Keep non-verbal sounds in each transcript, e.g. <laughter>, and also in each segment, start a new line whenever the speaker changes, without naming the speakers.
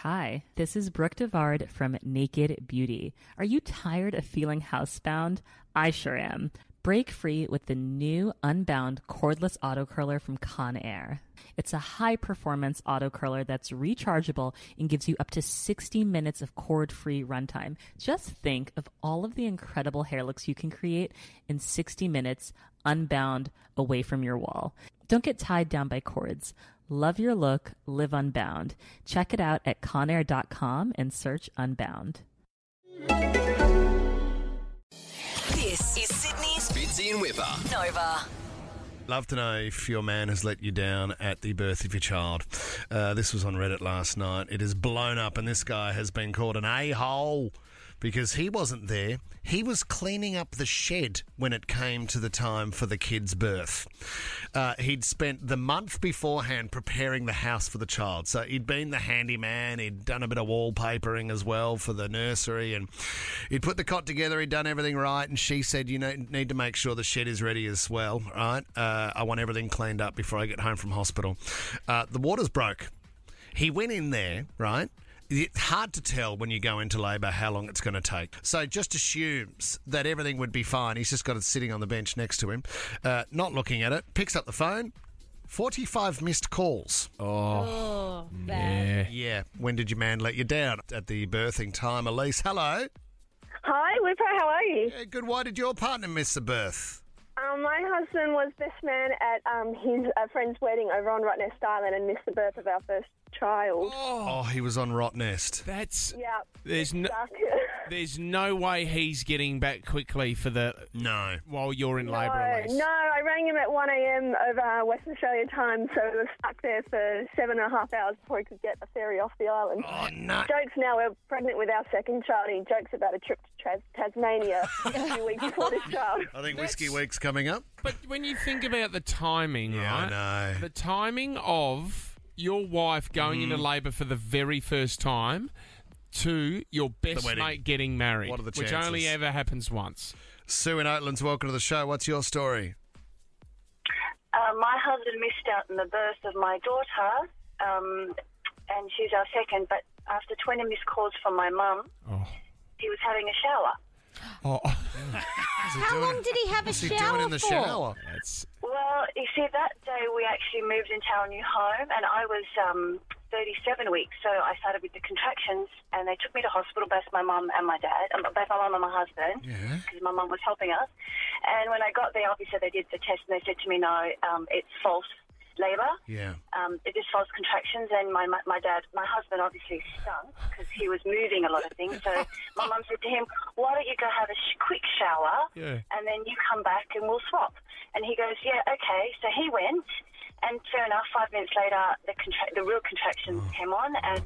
Hi, this is Brooke Devard from Naked Beauty. Are you tired of feeling housebound? I sure am. Break free with the new Unbound cordless auto curler from Conair. It's a high performance auto curler that's rechargeable and gives you up to 60 minutes of cord free runtime. Just think of all of the incredible hair looks you can create in 60 minutes unbound away from your wall. Don't get tied down by cords. Love your look, live unbound. Check it out at conair.com and search unbound.
This is Sydney's
Bitsy and Whipper.
Nova.
Love to know if your man has let you down at the birth of your child. Uh, this was on Reddit last night. It has blown up, and this guy has been called an a hole because he wasn't there. He was cleaning up the shed when it came to the time for the kid's birth. Uh, he'd spent the month beforehand preparing the house for the child. So he'd been the handyman, he'd done a bit of wallpapering as well for the nursery, and he'd put the cot together, he'd done everything right. And she said, You know, need to make sure the shed is ready as well, right? Uh, I want everything cleaned up before I get home from hospital. Uh, the water's broke. He went in there, right? It's hard to tell when you go into labour how long it's going to take. So just assumes that everything would be fine. He's just got it sitting on the bench next to him, uh, not looking at it. Picks up the phone. Forty-five missed calls.
Oh, bad.
Mm. Yeah. When did your man let you down at the birthing time, Elise? Hello.
Hi, Whipper, how are you?
Yeah, good. Why did your partner miss the birth?
Um, my husband was best man at um, his uh, friend's wedding over on Rottnest Island and missed the birth of our first child.
Oh, he was on Rottnest.
That's
Yeah.
there's no
Suck.
there's no way he's getting back quickly for the
No.
while you're in
no,
labour. Elise.
no, I rang him at 1 a.m. over Western Australia time, so we were stuck there for seven and a half hours before he could get a ferry off the island.
Oh no.
Jokes now, we're pregnant with our second child, and he jokes about a trip to Tras- Tasmania a
<laughs>
few weeks before this child.
I think Whiskey Week's coming up.
But when you think about the timing,
Yeah,
right?
I know.
The timing of your wife going into
Mm-hmm.
labour for the very first time to your best
The wedding.
mate getting married,
What are the
which only
chances?
ever happens once.
Sue in Oatlands, welcome to the show. What's your story?
Uh, my husband missed out on the birth of my daughter, um, and she's our second. But after 20 missed calls from my mum,
Oh.
he was having a shower.
<laughs>
Is he
How
doing
long
it-
did he have a
What's he
shower
doing in the
for?
shower?
That's
Well, you see, that day we actually moved into our new home, and I was um, 37 weeks, so I started with the contractions, and they took me to hospital, both my mum and my dad, um, both my mum and my husband, because my mum was helping us. And when I got there, obviously they did the test, and they said to me, "No, um, it's false labour."
Yeah.
um, it just false contractions, and my, my my dad, my husband, obviously stunk because he was moving a lot of things.
<laughs>
So my mum said to him, "Why don't you go have a sh- quick shower,
Yeah.
and then you come back and we'll swap." And he goes, "Yeah, okay." So he went, and fair enough. Five minutes later, the contra- the real contractions
Oh.
came on, and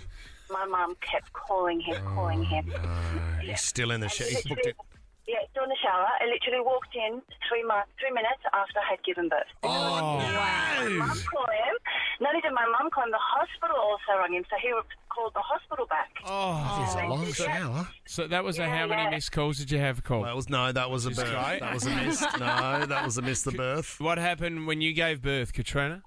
my mum kept calling him, calling him.
He's still in the shower. He's Oh, booked it.
Yeah, still in the shower. I literally walked in three months, three minutes after I had given birth.
Oh, no.
mum called him. Not even my mum called him. The hospital also rang him, so he called the hospital back.
oh.
It's a long shower.
So that was a how many
yeah.
missed calls did you have, Cole?
That was no, that was a birth.
right.
That was a <laughs> miss. No, that was a miss. The birth.
what happened when you gave birth, Katrina?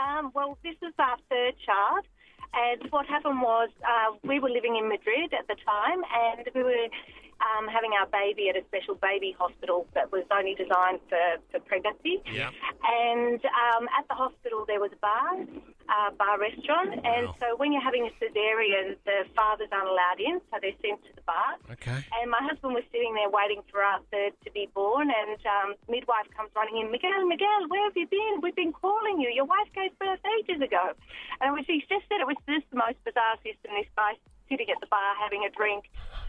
Um, well, this is our third child. And what happened was uh, we were living in Madrid at the time and we were um, having our baby at a special baby hospital that was only designed for, for pregnancy.
Yeah.
And um, at the hospital there was a bar, a bar restaurant. And
Wow.
so when you're having a cesarean, the fathers aren't allowed in, so they're sent to the bar.
Okay.
And my husband was sitting there waiting for our third to be born, and um, midwife comes running in, Miguel, Miguel, where have you been? We've been calling you. Your wife gave birth ages ago. And we- she just said it was just the most bizarre system. This guy sitting at the bar having a drink,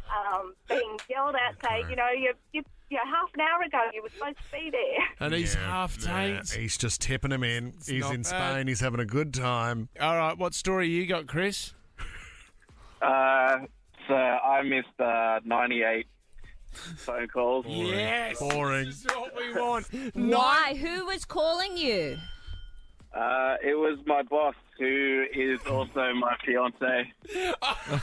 um, being yelled at, saying, you know, you, you, you know, half an hour ago you were supposed to be there.
And he's half
Yeah,
tanked.
he's just tipping him in. he's
not
in
bad.
Spain. He's having a good time.
All right, what story you got, Chris?
Uh, so I missed uh, 98 phone calls.
Yes.
Boring.
This is what we
<laughs>
want.
Why? Who was calling you?
Uh, it was my boss, who is also my fiance.
<laughs>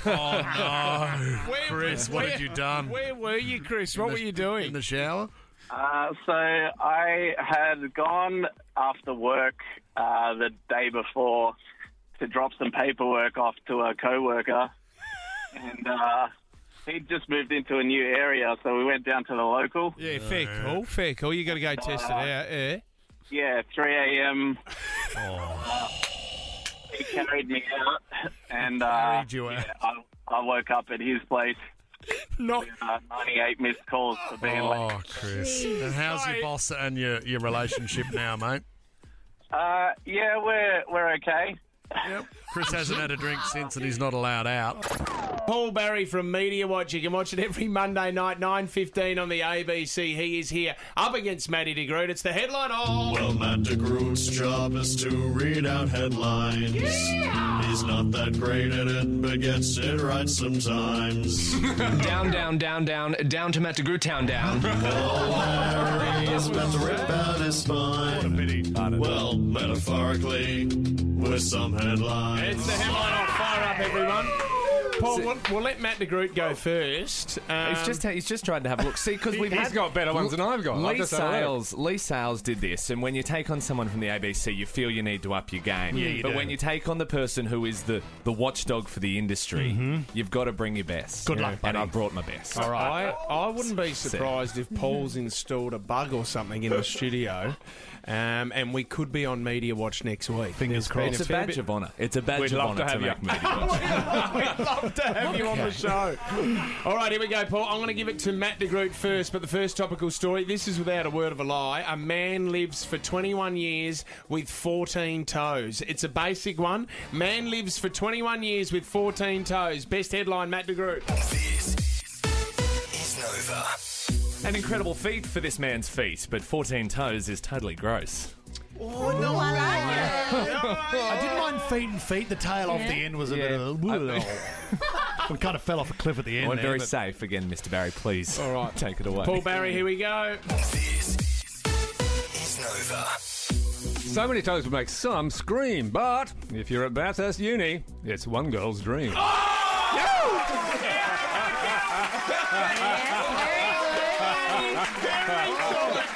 Oh no,
Where-
Chris, what
where-
have you done?
Where were you, Chris? What were you doing?
In the shower?
Uh, so I had gone after work uh, the day before to to drop some paperwork off to a coworker, and uh, he just moved into a new area, so we went down to the local.
Yeah, fair
Oh,
call, fair call. You got to go test it out. Yeah.
Yeah, 3 a.m.
Oh.
He carried me out, and uh,
Carried you out.
yeah, I, I woke up at his
<laughs>
place.
Not
Uh, 98 missed calls for being late.
Oh, Chris. And how's your boss and your, your
<laughs>
relationship now, mate?
Uh, yeah, we're we're okay.
Yep. Chris hasn't had a drink since and he's not allowed out.
Paul Barry from Media Watch. You can watch it every Monday night, 9.15 on the ABC. He is here up against Matty de Groot. It's the headline of...
Well, Matt DeGroot's job is to read out headlines. He's not that great at it, but gets it
<laughs>
right sometimes.
down, down, down, down, down to Matt DeGroot, town,
<laughs>
down.
He's about to rip out his spine. Well, metaphorically, with some headlines.
It's the headline of Fire Up, everyone. Paul, we'll, we'll let Matt de Groot go first. Um,
He's just he's just trying to have a look. See, because we've
He's got better ones than I've got. I've
Lee
just had a look.
Sales, Lee Sales did this, and when you take on someone from the ABC, you feel you need to up your game.
you
but
do.
when you take on the person who is the, the watchdog for the industry,
Mm-hmm.
you've got to bring your best. Good luck, And I brought my best.
All right. I, I wouldn't be surprised if Paul's installed a bug or something in
<laughs>
the studio, um, and we could be on Media Watch next week. Fingers
It's a badge of honour. It's a badge
We'd
of
love
honour
to have
make
you.
media watch.
<laughs> We'd love to have you on the show. All right, here we go, Paul. I'm going to give it to Matt de Groot first, but the first topical story this is without a word of a lie. A man lives for 21 years with 14 toes. It's a basic one. Man lives for 21 years with 14 toes. Best headline, Matt de Groot.
is Nova.
An incredible feat for this man's feet, but 14 toes is totally gross.
I didn't mind feet and feet. The tail off the end was a bit of a. <laughs> we kind of fell off a cliff at the
I
end.
went
there,
very
but-
safe again, Mr. Barry. Please, all right, take it away.
Paul Barry, here we go.
Is Nova.
So many toes would make some scream, but if you're at Bathurst Uni, it's one girl's dream.
Oh,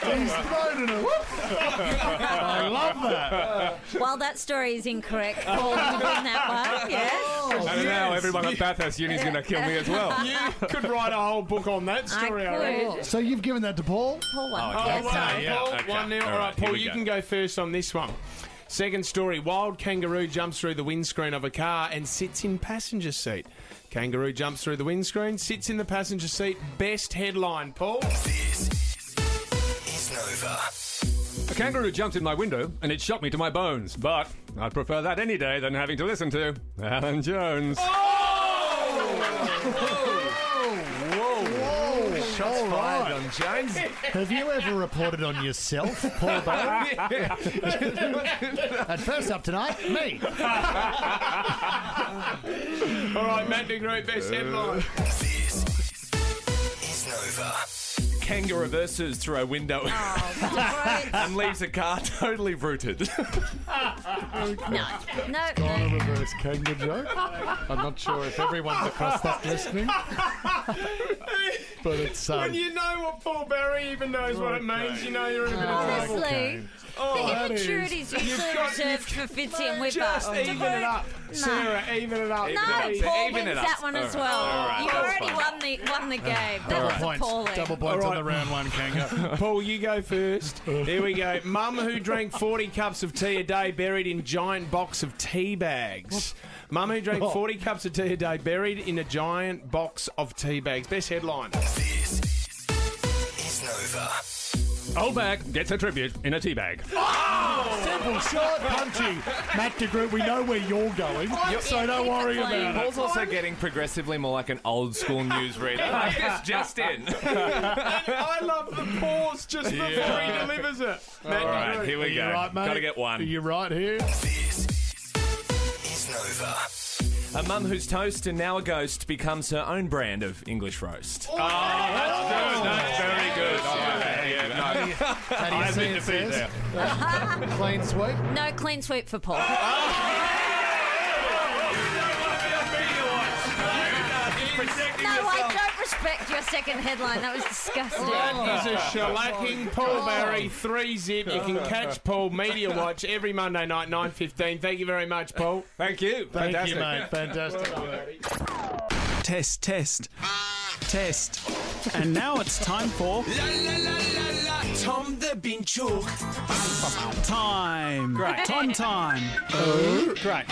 He's thrown in a. I love that.
While that story is incorrect, Paul, you win that
Oh.
one. Yes.
I don't know, everyone at Bathurst Uni's going to kill me as well.
You could write a whole book on that
I
story, I reckon.
could.
So you've given that to Paul?
Paul won.
Oh,
yes,
well
I-
done, Paul.
okay.
One nil. All right,
All right, here
Paul,
we
you
go.
can go first on this one. Second story: Wild kangaroo jumps through the windscreen of a car and sits in passenger seat. Kangaroo jumps through the windscreen, sits in the passenger seat. Best headline, Paul.
Is Nova.
A kangaroo jumped in my window and it shocked me to my bones, but I'd prefer that any day than having to listen to Alan Jones.
Oh!
All right. Have you ever reported on yourself, Paul Barry? At first up tonight, me.
All right, Matt DeGroot, best headline.
Is Nova.
Kanga reverses through a
<laughs>
window
Oh,
<laughs>
and leaves a car totally
<laughs>
rooted.
great. no, no.
reverse kangaroo joke. I'm not sure if everyone's across that listening, but it's um,
When you know what Paul Barry even knows what it means, you know you're in a bit of trouble.
Honestly, the
that
immaturity is usually
got-
reserved for Fitzy and Whipper.
Just even it up, Sarah. Even it up.
No,
please.
Paul
Even
wins
it up.
that one as
All right,
well.
all right,
you
that's
already
fine.
won the won the game. That was
points.
appalling.
Double points on the round one, Kanga.
Paul, you go first. Here we go. Mum who drank 40 cups of tea a day buried in giant box of tea bags. Mum who
Oh.
drank 40 cups of tea a day buried in a giant box of tea bags. Best headline.
Is Nova.
Old bag gets a tribute in a tea bag.
Oh!
Simple, short, punchy. Matt DeGroot, we know where you're going, so don't worry about it.
Paul's also getting progressively more like an old school
<laughs>
newsreader. Like, this just in.
I love the pause just before he delivers it. Matt,
All right,
you
here we
You
go.
right, mate?
Gotta get one.
Are you right here?
Is Nova.
A mum whose toast and now a ghost becomes her own brand of English roast. Oh, that's good. That's very good.
Oh, How do you see it says? Clean sweep.
No clean sweep for Paul.
Protecting
No, I don't respect your second headline. That was disgusting.
That is a shellacking. Paul Barry, three zip. You can <laughs> catch Paul Media Watch every Monday night, nine fifteen. Thank you very much, Paul.
Thank you.
Thank you, mate. Fantastic.
Test, test, test. And now it's time for. La la la la la, Tom the Binchook. Time.
Great.
Tom time.
Oh.
Great.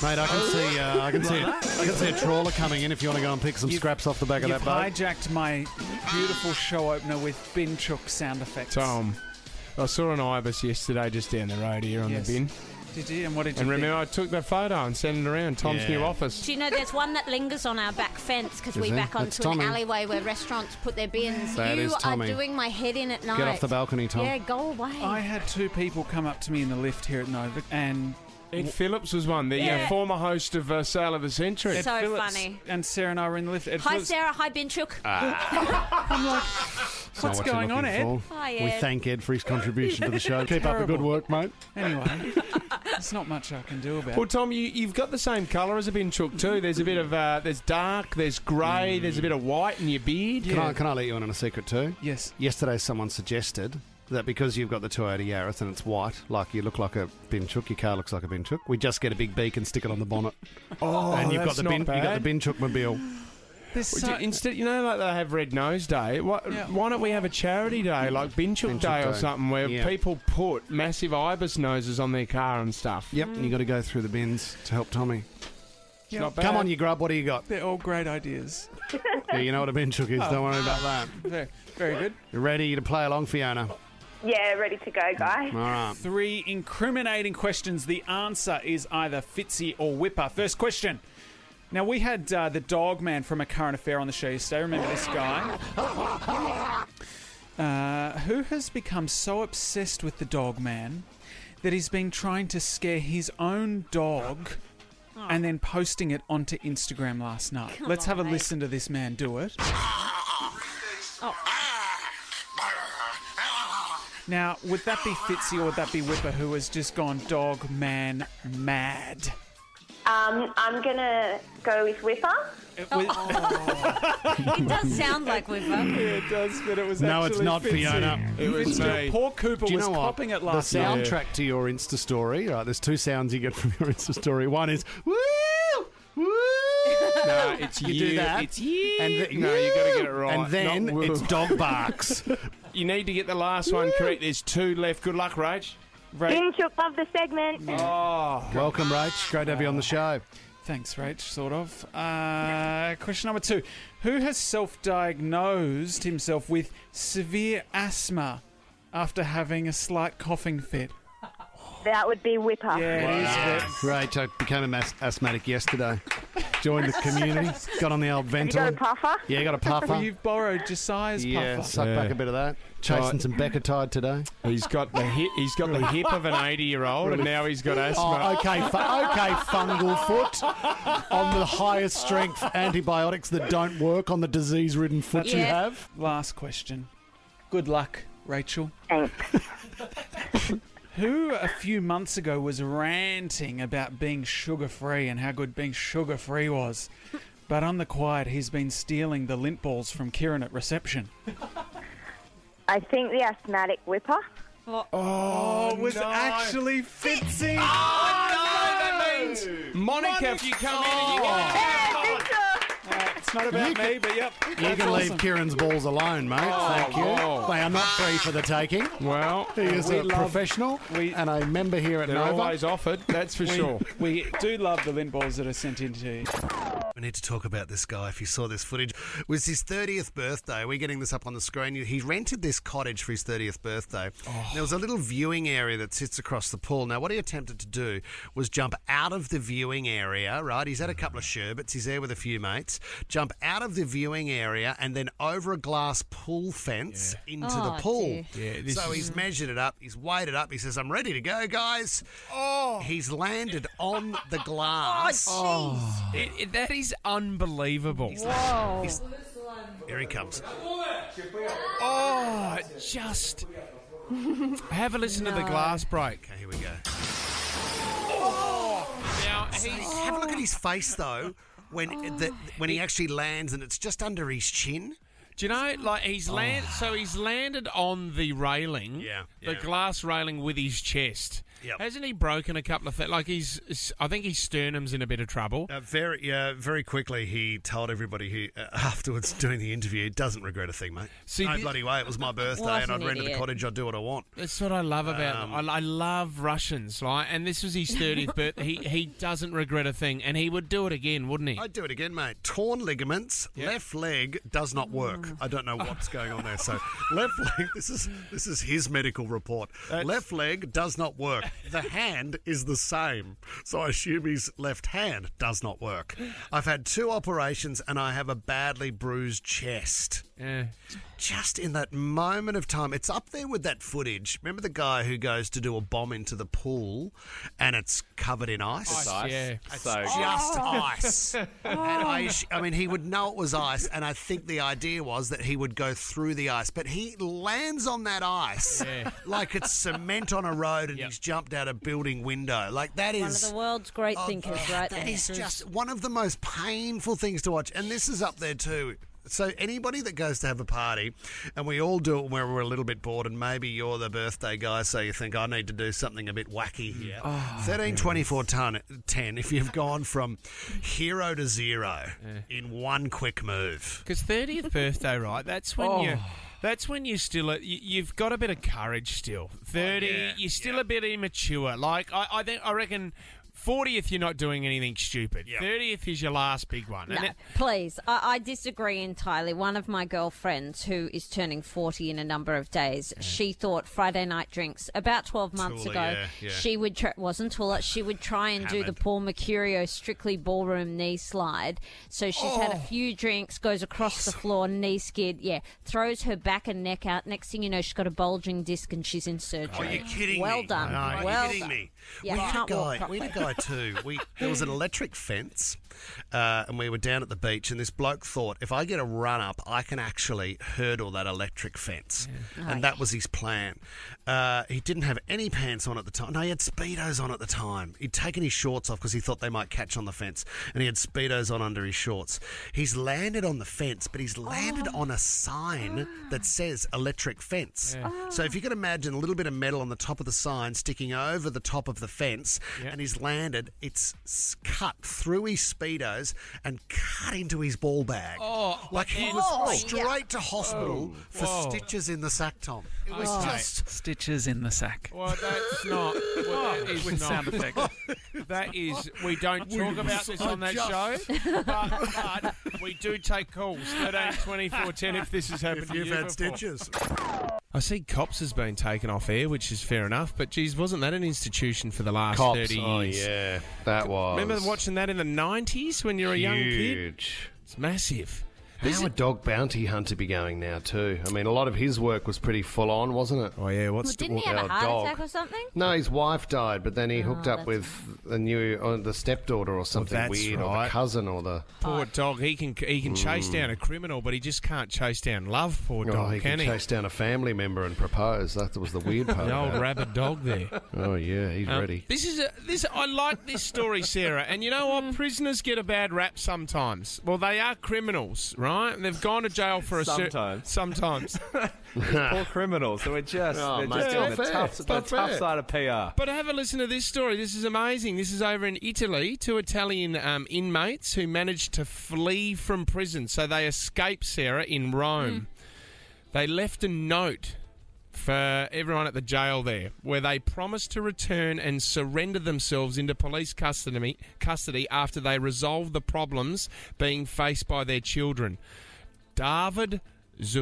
Mate, I can see, uh, I can see, I can see a trawler coming in. If you want to go and pick some scraps off the back of
You've
that boat.
hijacked my beautiful show opener with Binchook sound effects.
Tom, I saw an ibis yesterday just down the road here on
Yes.
the bin.
Did you? And what did you think?
And remember, I took that photo and sent it around Tom's
Yeah.
new office.
<laughs> Do you know there's one that lingers on our back fence because
Is
we
there?
back
That's
onto
Tommy.
an alleyway where restaurants put their bins.
That
you
is
are
Tommy.
doing my head in at night.
off the balcony, Tom.
Yeah, go away.
I had two people come up to me in the lift here at Nova, and
Ed Phillips was one, the
Yeah.
uh, former host of uh, Sale of the Century.
So Ed Phillips. funny.
and Sarah and I were in the lift. Ed
Hi,
Phillips-
Sarah. Hi, Binchuk.
Ah. I'm like,
It's not
what's
what you're
going on, Ed?
looking for. We thank Ed for his contribution to the show. Keep up the good
Terrible.
work, mate.
Anyway, there's not much I can do about
Well,
it.
Tom, you, you've got the same colour as a binchook too. There's a bit of uh, there's dark, there's
Mm.
grey, there's a bit of white in your beard.
Can I can I let you in on a secret too?
Yes.
Yesterday, someone suggested that because you've got the Toyota Yaris and it's white, like you look like a bin chook, your car looks like a bin chook, we just get a big beak and stick it on the bonnet.
Oh,
and you've got
that's
the
not
bin, you got the
bad.
bin chook mobile.
There's
Would
so-
Uh,
you- instead, you know, like they have Red Nose Day. Why, why don't we have a charity day, like Binchook Day or
Day.
something, where
Yeah.
people put massive ibis noses on their car and stuff?
Yep, and you got to go through the bins to help Tommy.
Yeah.
not bad.
Come on, you grub. What do you got?
They're all great ideas.
Yeah, you know what a bin chook is.
Oh.
Don't worry about that.
Very, very good.
You ready to play along, Fiona?
Yeah, ready to go, guys.
All right.
Three incriminating questions. The answer is either Fitzy or Whipper. First question. Now, we had uh, the dog man from A Current Affair on the show yesterday. Remember this guy? Uh, who has become so obsessed with the dog man that he's been trying to scare his own
<laughs>
dog and then posting it onto Instagram last night.
Come
Let's
on,
have a
mate.
listen to this man do it. Now, would that be Fitzy or would that be Whipper who has just gone dog man mad?
Um, I'm gonna go with Whipper.
it does sound like we've. <laughs>
it does, but it was
No, it's not, Fiona.
It was me.
Poor Cooper
Do you
was
know what?
copping it last
The
night.
soundtrack to your Insta story. Right, there's two sounds you get <laughs> from your Insta story. One is woo, woo.
No, it's
you,
you,
do that.
it's you.
And the,
No, you gotta get it
woo,
right,
And then
not woo.
it's dog barks.
You need to get the last one correct. There's two left. Good luck, Rach.
Binchuk, love the segment.
Oh,
Welcome, Rach. Great to have you on the show.
Thanks, Rach, sort of. Uh, question number two Who has self diagnosed himself with severe asthma after having a slight coughing fit?
That would be Whipper.
Yeah, it is. Whip.
Rach, I became an mas- asthmatic yesterday. Joined the community. Got on the old
Have you got a
ventilator.
puffer?
Yeah, got a
Well,
puffer.
you've borrowed Josiah's
Yeah,
puffer.
suck back a bit of that. Chasing
Right.
some Becca Tide today.
he's got the hip. He's got the hip of an eighty-year-old, and now he's got
<laughs>
asthma.
Oh, okay, fu- okay, fungal foot on the highest strength antibiotics that don't work on the disease-ridden foot you
Yeah.
have.
Last question. Good luck, Rachel.
Thanks.
<laughs> Who a few months ago was ranting about being sugar free and how good being sugar free was, but on the quiet, he's been stealing the lint balls from Kieran at reception.
I think the asthmatic Whipper.
Oh, it was actually Fitzy!
Oh, that means Monica, if you come in and you go.
It's not about
You
me, but yep.
You
that's
can
awesome.
leave Kieran's balls alone, mate. Thank you.
wow.
They are not free for the taking.
Well,
He is
We
a
love-
professional and a member here at
they're
Nova.
always offered. That's for
We,
sure.
we do love the lint balls that are sent in to you.
We need to talk about this guy. If you saw this footage, it was his 30th birthday. We're getting this up on the screen. He rented this cottage for his 30th birthday.
Oh.
There was a little viewing area that sits across the pool. Now, what he attempted to do was jump out of the viewing area, right? He's had a couple of sherbets. He's there with a few mates. Jump out of the viewing area and then over a glass pool fence into
Oh,
the pool.
dear.
Yeah, this
so he's measured it up. He's weighed it up. He says, I'm ready to go, guys. Oh. He's landed on
<laughs> Oh,
the glass.
It, it- that is unbelievable.
Whoa.
Here he comes.
Oh, just have a listen to the glass break.
Okay, here we go.
Now he's
Have a look at his face, though.
when the, when he actually lands and it's just under his chin.
Do you know, like he's land, so he's landed on the railing, yeah, the
yeah.
glass railing with his chest. Hasn't he broken a couple of things? Like he's, I think his sternum's in a bit of trouble.
Uh, very, yeah, very quickly he told everybody he uh, <laughs> afterwards during the interview doesn't regret a thing, mate.
See,
no
thi-
bloody way, it was my birthday
What
and
an
I'd rented a
idiot.
cottage. I'd do what I want.
That's what I love about
Um,
them. I, I love Russians, like, and this
<laughs>
was his thirtieth birthday. He he doesn't regret a thing, and he would do it again, wouldn't he?
I'd do it again, mate. Torn ligaments, left leg does not work. I don't know what's going on there. So left leg. This is this is his medical report. Left leg does not work. The hand is the same. So I assume his left hand does not work. I've had two operations and I have a badly bruised chest.
Yeah.
Just in that moment of time, it's up there with that footage. Remember the guy who goes to do a bomb into the pool and it's covered in ice?
It's ice. Yeah.
It's
So good.
just
Oh.
ice. Oh. and I, ass- I mean, he would know it was ice, and I think the idea was that he would go through the ice, but he lands on that ice
Yeah.
like it's cement on a road and he's jumped out a building window. Like, that is.
One of the world's great
Oh,
thinkers, right
That
there.
is just one of the most painful things to watch. And this is up there too. So anybody that goes to have a party, and we all do it when we're a little bit bored, and maybe you're the birthday guy, so you think I need to do something a bit wacky here.
Oh,
Thirteen twenty-four ton ten. If you've gone from hero to zero in one quick move,
Because thirtieth birthday, right? That's when
Oh.
you. That's when you're still. A, you, you've got a bit of courage still. Thirty, you're still a bit immature. Like I, I think I reckon. 40th, you're not doing anything stupid. 30th is your last big one.
No,
And it-
please. I, I disagree entirely. One of my girlfriends, who is turning 40 in a number of days, she thought Friday night drinks about 12 months
Tula,
ago,
yeah, yeah.
she would, tr- wasn't Tula, she would try and do the
Hammered.
Paul Mercurio strictly ballroom knee slide. So she's had a
Oh.
few drinks, goes across the floor, knee skid, yeah, throws her back and neck out. Next thing you know, she's got a bulging disc and she's in surgery.
Are Oh, you kidding
well
me?
Done.
No,
well
you're kidding
done.
me.
Yeah,
we,
I
had a
can't walk
guy, we had a
properly.
guy too.
<laughs>
We, there was an electric fence, uh, and we were down at the beach, and this bloke thought, if I get a run up, I can actually hurdle that electric fence.
Yeah.
And that was his plan. Uh, he didn't have any pants on at the time. No, he had Speedos on at the time. He'd taken his shorts off because he thought they might catch on the fence, and he had Speedos on under his shorts. He's landed on the fence, but he's landed on a sign
Oh.
that says electric fence. So if you can imagine a little bit of metal on the top of the sign sticking over the top of the fence, and he's landed, it's s- cut through his Speedos and cut into his ball bag.
Oh,
like he
man.
was
Oh,
straight
yeah.
to hospital
Oh.
for
Whoa. Oh.
stitches in the sack, Tom. It was
Okay.
just.
Stitches in the sack.
Well, that's not. Well, that is
Oh, With
not. <laughs>
sound effect.
That is. We don't
We
talk about
must
this on that
adjust.
show, but, but we do take calls. 13, 24, 10 if this has happened
If
to
you've
you
had
before.
stitches.
I see cops has been taken off air, which is fair enough. But geez, wasn't that an institution for the last
Cops,
thirty
oh,
years?
yeah.
That was
Remember watching that in the nineties when you were a young kid?
huge.
It's massive.
How would dog bounty hunter be going now too? I mean, a lot of his work was pretty full on, wasn't it?
Oh yeah,
Well,
what's
didn't he have a heart attack or something?
No, his wife died, but then he hooked
Oh,
up with the new, or the stepdaughter or something
that's
weird, or
right.
the cousin, or the.
Poor dog. He can he can chase
Mm.
down a criminal, but he just can't chase down love. Poor
Oh,
dog,
he
can,
can chase down a family member and propose. That was the weird part.
The
<laughs>
old
about it.
rabid dog there.
Oh yeah, he's
Um,
ready.
This is a, this. I like this story, Sarah. And you know what? Prisoners get a bad rap sometimes. Well, they are criminals, right? And they've gone to jail for a cer-
Sometimes.
sometimes.
<laughs> Poor criminals. They were just,
Oh,
they're
mate,
just
it's
on
not
the
fair.
tough,
It's
the
not
tough
fair.
side of PR.
But have a listen to this story. This is amazing. This is over in Italy. Two Italian um, inmates who managed to flee from prison. So they escaped, Sarah, in Rome. They left a note for everyone at the jail there where they promised to return and surrender themselves into police custody, custody after they resolved the problems being faced by their children. David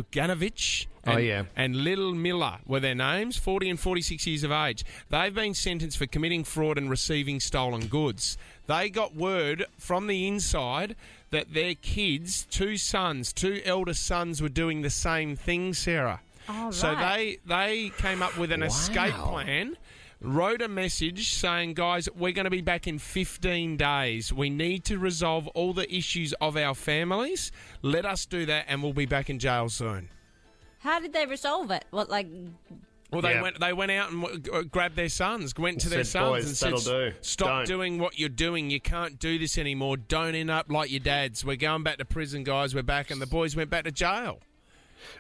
Zukanovic and,
Oh, yeah.
and Little Miller were their names, 40 and 46 years of age. They've been sentenced for committing fraud and receiving stolen goods. They got word from the inside that their kids, two sons, two elder sons, were doing the same thing, Sarah.
Oh,
So
right.
they they came up with an escape plan, wrote a message saying, "Guys, we're going to be back in 15 days. We need to resolve all the issues of our families. Let us do that, and we'll be back in jail soon."
How did they resolve it? What, like
Well, they
Yeah.
went. They went out and w- uh, grabbed their sons. Went to
Said,
their sons
"Boys,
and said,
that'll do.
"Stop
Don't."
doing what you're doing. You can't do this anymore. Don't end up like your dads. We're going back to prison, guys. We're back." And the boys went back to jail.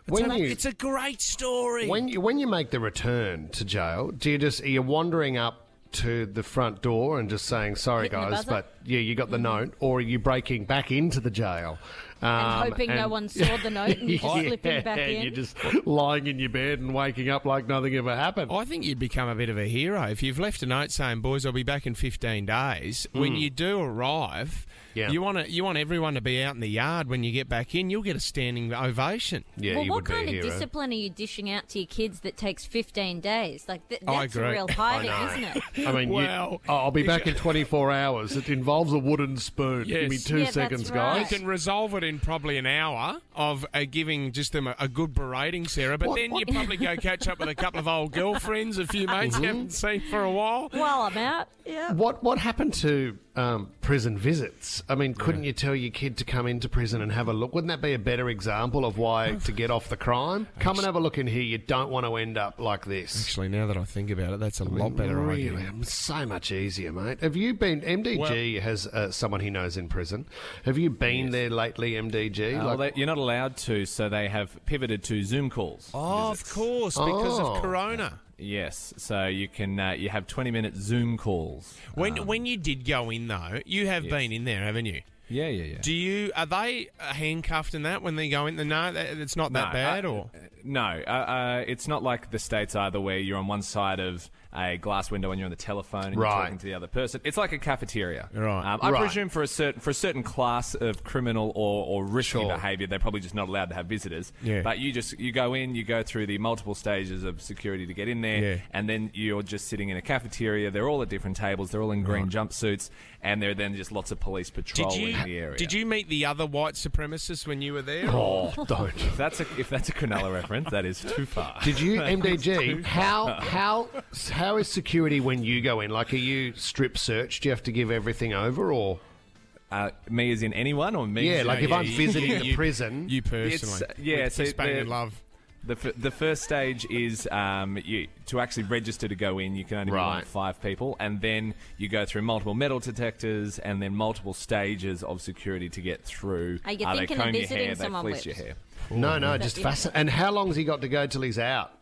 It's,
When
a,
you-
it's a great story.
When you, when you make the return to jail, do you just are you wandering up to the front door and just saying sorry,
Hitting the
guys,
buzzer?
but yeah, you got the note, or are you breaking back into the jail um,
And hoping no one saw the note and you just slipping back
and
in?
You're just lying in your bed and waking up like nothing ever happened.
Oh, I think you'd become a bit of a hero if you've left a note saying, "Boys, I'll be back in 15 days." When
Mm.
you do arrive, you want to, you want everyone to be out in the yard when you get back in. You'll get a standing ovation.
well, what kind of discipline are you dishing out to your kids that takes 15 days? Like, th-
I
that's a
agree.
real
I
hiding,
know.
isn't it?
I mean, you-
Well,
oh, I'll be back in
<laughs>
24 hours. It involves a wooden spoon. Give me two seconds, guys.
You can resolve it in probably an hour of uh, giving just them a, a good berating, Sarah. But then you probably go catch up with a couple of <laughs> old girlfriends, a few mates you haven't seen for a while.
While I'm out, yeah.
What what happened to um, prison visits? I mean, couldn't you tell your kid to come into prison and have a look? Wouldn't that be a better example of why to get off the crime? Come and have a look in here. You don't want to end up like this.
Actually, now that I think about it, that's a lot better
really,
idea.
so much easier, mate. Have you been? MDG has uh, someone he knows in prison. Have you been there lately, MDG?
Uh, well, they- you're not allowed to, so they have pivoted to Zoom calls.
Oh, of course, because
Oh.
of Corona.
Yes, so you can uh, you have 20 minute Zoom calls. Um,
When when you did go in though, you have been in there, haven't you?
Yeah, yeah, yeah.
Do you are they uh, handcuffed in that when they go in? No, that, it's not that
No,
bad.
uh,
or
uh, no, uh, uh, it's not like the states either, where you're on one side of a glass window and you're on the telephone and
Right.
you're talking to the other person. It's like a cafeteria.
Right.
Um, I
Right.
presume for a certain for a certain class of criminal or or risky
Sure.
behaviour, they're probably just not allowed to have visitors.
Yeah.
But you just you go in, you go through the multiple stages of security to get in there,
Yeah.
and then you're just sitting in a cafeteria. They're all at different tables. They're all in green jumpsuits, and there are then just lots of police
did
patrolling the
you
area.
did you meet the other white supremacists when you were there?
<laughs> Oh,
don't.
If that's a if that's a Cronulla reference, that is too far.
Did
<laughs>
you
That is
MDG?
too
How
far.
how how is security when you go in? Like, are you strip searched? Do you have to give everything over, or
Uh, me as in anyone, or me?
Yeah,
as in-
like if I'm visiting the prison,
you
It's, uh, yeah,
With
so
kiss, bang,
the-
and love.
The, f- the first stage is um, you, to actually register to go in. You can only be one of five people, and then you go through multiple metal detectors and then multiple stages of security to get through.
Are you
Uh,
thinking
they
of
comb your
visiting
hair,
someone
they
with-
fleece your hair.
no, no,
But
just
yeah.
fascinating. And how long's he got to go till he's out?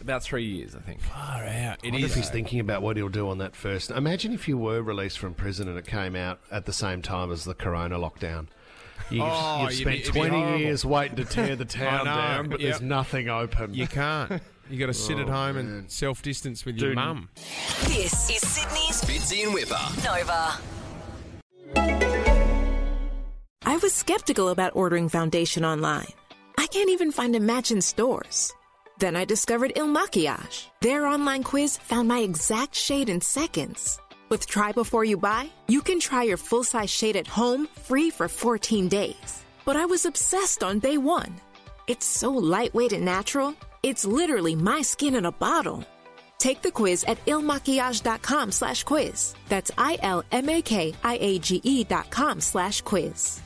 About three years, I think.
Far out.
I wonder if he's thinking about what he'll do on that first. Imagine if you were released from prison and it came out at the same time as the Corona lockdown. You've,
Oh,
you've
you'd
spent
be- it'd be
20
horrible.
years waiting to tear the
<laughs> I
town
know,
down, but
yep.
there's nothing open.
You can't. You got to sit at
Oh,
home and self distance with your
Dude.
mum.
This is Sydney's Bitsy and Whipper. Nova.
I was skeptical about ordering foundation online. I can't even find a match in stores. Then I discovered Il Makiage. Their online quiz found my exact shade in seconds. With Try Before You Buy, you can try your full size shade at home free for 14 days. But I was obsessed on day one. It's so lightweight and natural, it's literally my skin in a bottle. Take the quiz at ilmakiage.com slash quiz. That's I-L-M-A-K-I-A-G-E dot com slash quiz.